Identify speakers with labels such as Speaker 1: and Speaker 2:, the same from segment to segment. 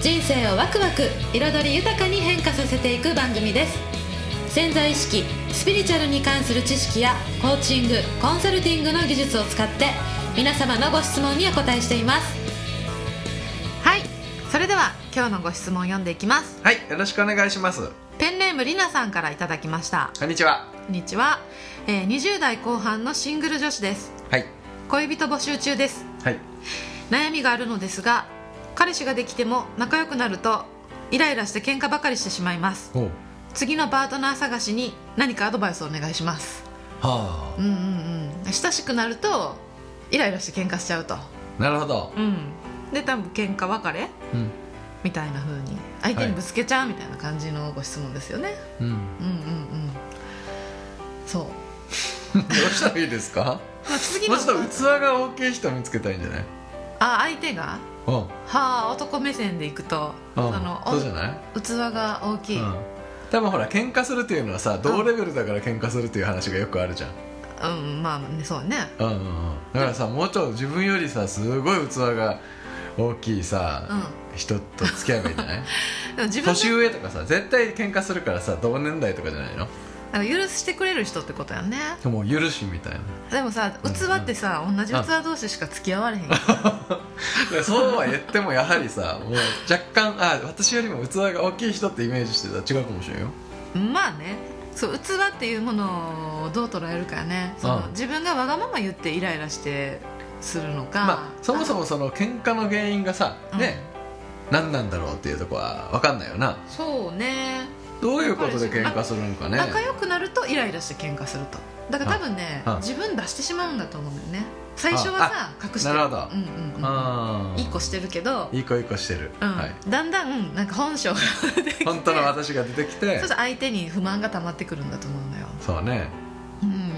Speaker 1: 人生をワクワク彩り豊かに変化させていく番組です潜在意識スピリチュアルに関する知識やコーチングコンサルティングの技術を使って皆様のご質問にお答えしていますはいそれでは今日のご質問を読んでいきます
Speaker 2: はいよろしくお願いします
Speaker 1: ペンネームりなさんからいただきました
Speaker 2: こんにちは
Speaker 1: こんにちは、えー、20代後半のシングル女子です
Speaker 2: はい
Speaker 1: 恋人募集中です
Speaker 2: はい
Speaker 1: 悩みがあるのですが彼氏ができても仲良くなるとイライラして喧嘩ばかりしてしまいます
Speaker 2: ほう
Speaker 1: 次のパートナー探しに何かアドバイスをお願いします
Speaker 2: は
Speaker 1: うんうんうん親しくなるとイライラして喧嘩しちゃうと
Speaker 2: あなるほど
Speaker 1: うんで多分喧嘩別れ
Speaker 2: うん
Speaker 1: みたいな風に相手にぶつけちゃうみたいな感じのご質問ですよね、
Speaker 2: うん
Speaker 1: うんうんうんそ う
Speaker 2: どうしたらいいですか
Speaker 1: まあ、次
Speaker 2: も
Speaker 1: の
Speaker 2: うちょっと器が大きい人見つけたいんじゃない
Speaker 1: あ相手が
Speaker 2: うん
Speaker 1: はあ男目線でいくと
Speaker 2: うん
Speaker 1: その
Speaker 2: そうじゃない
Speaker 1: お器が大きい、うん
Speaker 2: うん多分ほら喧嘩するっていうのはさ同レベルだから喧嘩するっていう話がよくあるじゃん
Speaker 1: まあねそうね
Speaker 2: うんうんうんだからさもうちょっと自分よりさすごい器が大きいさ、人と付き合えばいいんじゃない
Speaker 1: でも自分
Speaker 2: 年
Speaker 1: で
Speaker 2: 上とかさ絶対喧嘩するからさ同年代とかじゃないの
Speaker 1: あの許してくれる人ってことやね
Speaker 2: もう許しみたいな
Speaker 1: でもさ器ってさ、同じ器同士しか付き合われへんやん
Speaker 2: でそうは言ってもやはりさもう若干あ私よりも器が大きい人ってイメージしてたら違うかもしれんよ
Speaker 1: まあねそう器っていうものをどう捉えるかねその、
Speaker 2: うん
Speaker 1: 自分がわがまま言ってイライラしてするのか、
Speaker 2: まあそもそもその喧嘩の原因がさ
Speaker 1: うん
Speaker 2: ね、何なんだろうっていうとこは分かんないよな
Speaker 1: そうね
Speaker 2: どういうことで喧嘩するのかね
Speaker 1: 仲良くなるとイライラして喧嘩するとだから多分ね
Speaker 2: ああ
Speaker 1: 自分出してしまうんだと思うんだよね最初はさ隠して
Speaker 2: なるほど
Speaker 1: うんうんうん
Speaker 2: あー
Speaker 1: いい子してるけど、
Speaker 2: いい子いい子してる、
Speaker 1: うん
Speaker 2: はい
Speaker 1: だんだんなんか本性が出てきて
Speaker 2: 本当の私が出てきて
Speaker 1: そうそう相手に不満が溜まってくるんだと思うのよ
Speaker 2: そうね
Speaker 1: うん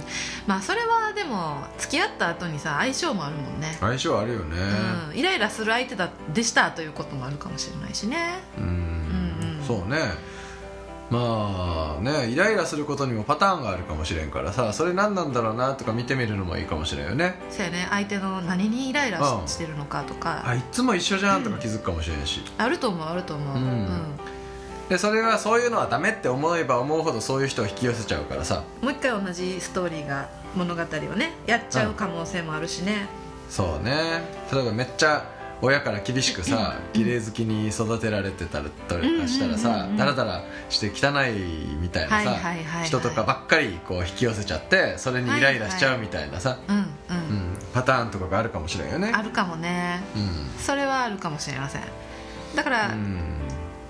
Speaker 1: まあそれはでも付き合った後にさ相性もあるもんね、
Speaker 2: 相性あるよね
Speaker 1: うん、イライラする相手だでしたということもあるかもしれないしね
Speaker 2: うん
Speaker 1: うんうん
Speaker 2: そうねまあねイライラすることにもパターンがあるかもしれんからさそれ何なんだろうなとか見てみるのもいいかもしれんよね
Speaker 1: そうやね相手の何にイライラ
Speaker 2: うん
Speaker 1: ししてるのかとか、
Speaker 2: あいつも一緒じゃんとか気づくかもしれんし、
Speaker 1: あると思うあると思う、
Speaker 2: うんでそれはそういうのはダメって思えば思うほどそういう人を引き寄せちゃうからさ
Speaker 1: もう一回同じストーリーが物語をねやっちゃう可能性もあるしね、
Speaker 2: そうね例えばめっちゃ親から厳しくさ綺麗好きに育てられてたりとかしたら
Speaker 1: うんうんうん
Speaker 2: さ
Speaker 1: うん
Speaker 2: ダラダラして汚いみたい
Speaker 1: は
Speaker 2: ないさ、
Speaker 1: はいはい、はい、
Speaker 2: 人とかばっかりこう引き寄せちゃってそれにイライラしちゃうみたいなさ、
Speaker 1: うんうん、
Speaker 2: うん、パターンとかがあるかもしれんよね
Speaker 1: あるかもね
Speaker 2: うん、
Speaker 1: それはあるかもしれませんだから、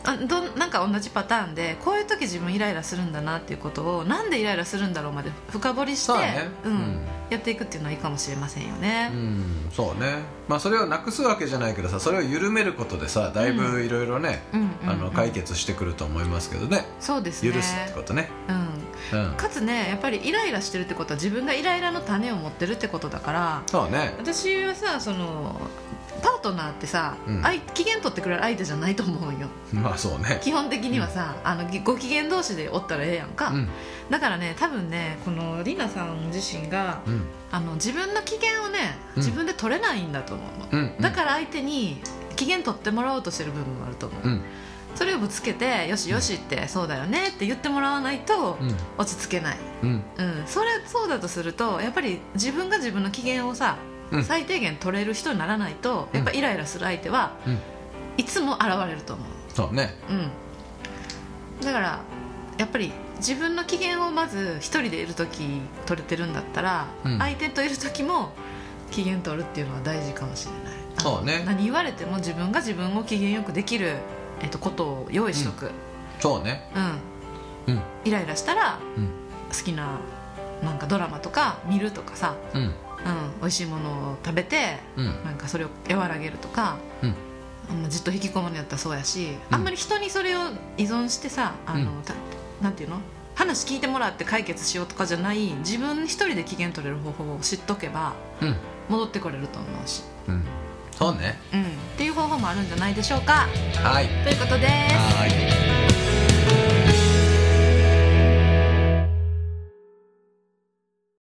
Speaker 1: あどんなんか同じパターンでこういう時自分イライラするんだなっていうことをなんでイライラするんだろうまで深掘りして
Speaker 2: そうね
Speaker 1: うん
Speaker 2: うん
Speaker 1: やっていくっていうのはいいかもしれませんよ
Speaker 2: う
Speaker 1: ね、
Speaker 2: ん、そうねまあそれをなくすわけじゃないけどさそれを緩めることでさだいぶいろいろね、
Speaker 1: うんうんうん
Speaker 2: あの解決してくると思いますけどね
Speaker 1: そうですね
Speaker 2: 許すってことね
Speaker 1: うん、
Speaker 2: うん
Speaker 1: かつねやっぱりイライラしてるってことは自分がイライラの種を持ってるってことだから
Speaker 2: そうね
Speaker 1: 私はさそのパートナーってさ、
Speaker 2: うん
Speaker 1: あい機嫌取ってくれる相手じゃないと思うよ
Speaker 2: まあそうね
Speaker 1: 基本的にはさ、あのぎご機嫌同士でおったらええやんか、
Speaker 2: うん
Speaker 1: だからね多分ねこのりなさん自身が
Speaker 2: うん
Speaker 1: あの自分の機嫌をね
Speaker 2: うん
Speaker 1: 自分で取れないんだと思うの、
Speaker 2: うん
Speaker 1: だから相手に機嫌取ってもらおうとしてる部分もあると思う、
Speaker 2: うん
Speaker 1: それをぶつけて「よしよし」って「そうだよね」って言ってもらわないと
Speaker 2: うん
Speaker 1: 落ち着けない、
Speaker 2: うん
Speaker 1: うん、それそうだとするとやっぱり自分が自分の機嫌をさ、
Speaker 2: うん
Speaker 1: 最低限取れる人にならないと
Speaker 2: うん
Speaker 1: やっぱイライラする相手は、
Speaker 2: うん
Speaker 1: いつも現れると思う、
Speaker 2: そうね
Speaker 1: うん、だからやっぱり自分の機嫌をまず一人でいる時取れてるんだったら、
Speaker 2: うん
Speaker 1: 相手といる時も機嫌取るっていうのは大事かもしれないあの
Speaker 2: そうね
Speaker 1: 何言われても自分が自分を機嫌よくできる、えっとことを用意しとく、うん
Speaker 2: そうねうん
Speaker 1: イライラしたら、
Speaker 2: うん
Speaker 1: 好きななんかドラマとか見るとかさ、
Speaker 2: うん
Speaker 1: うん、美味しいものを食べて
Speaker 2: うん
Speaker 1: なんかそれを和らげるとか、
Speaker 2: うん
Speaker 1: もうずっと引きこもりだったらそうやし、あんまり人にそれを依存してさあの、
Speaker 2: う
Speaker 1: たなんていうの話聞いてもらって解決しようとかじゃない自分一人で機嫌取れる方法を知っとけば
Speaker 2: うん
Speaker 1: 戻ってこれると思うし、
Speaker 2: うんそうね
Speaker 1: うん、っていう方法もあるんじゃないでしょうか
Speaker 2: はい
Speaker 1: ということです。
Speaker 2: はい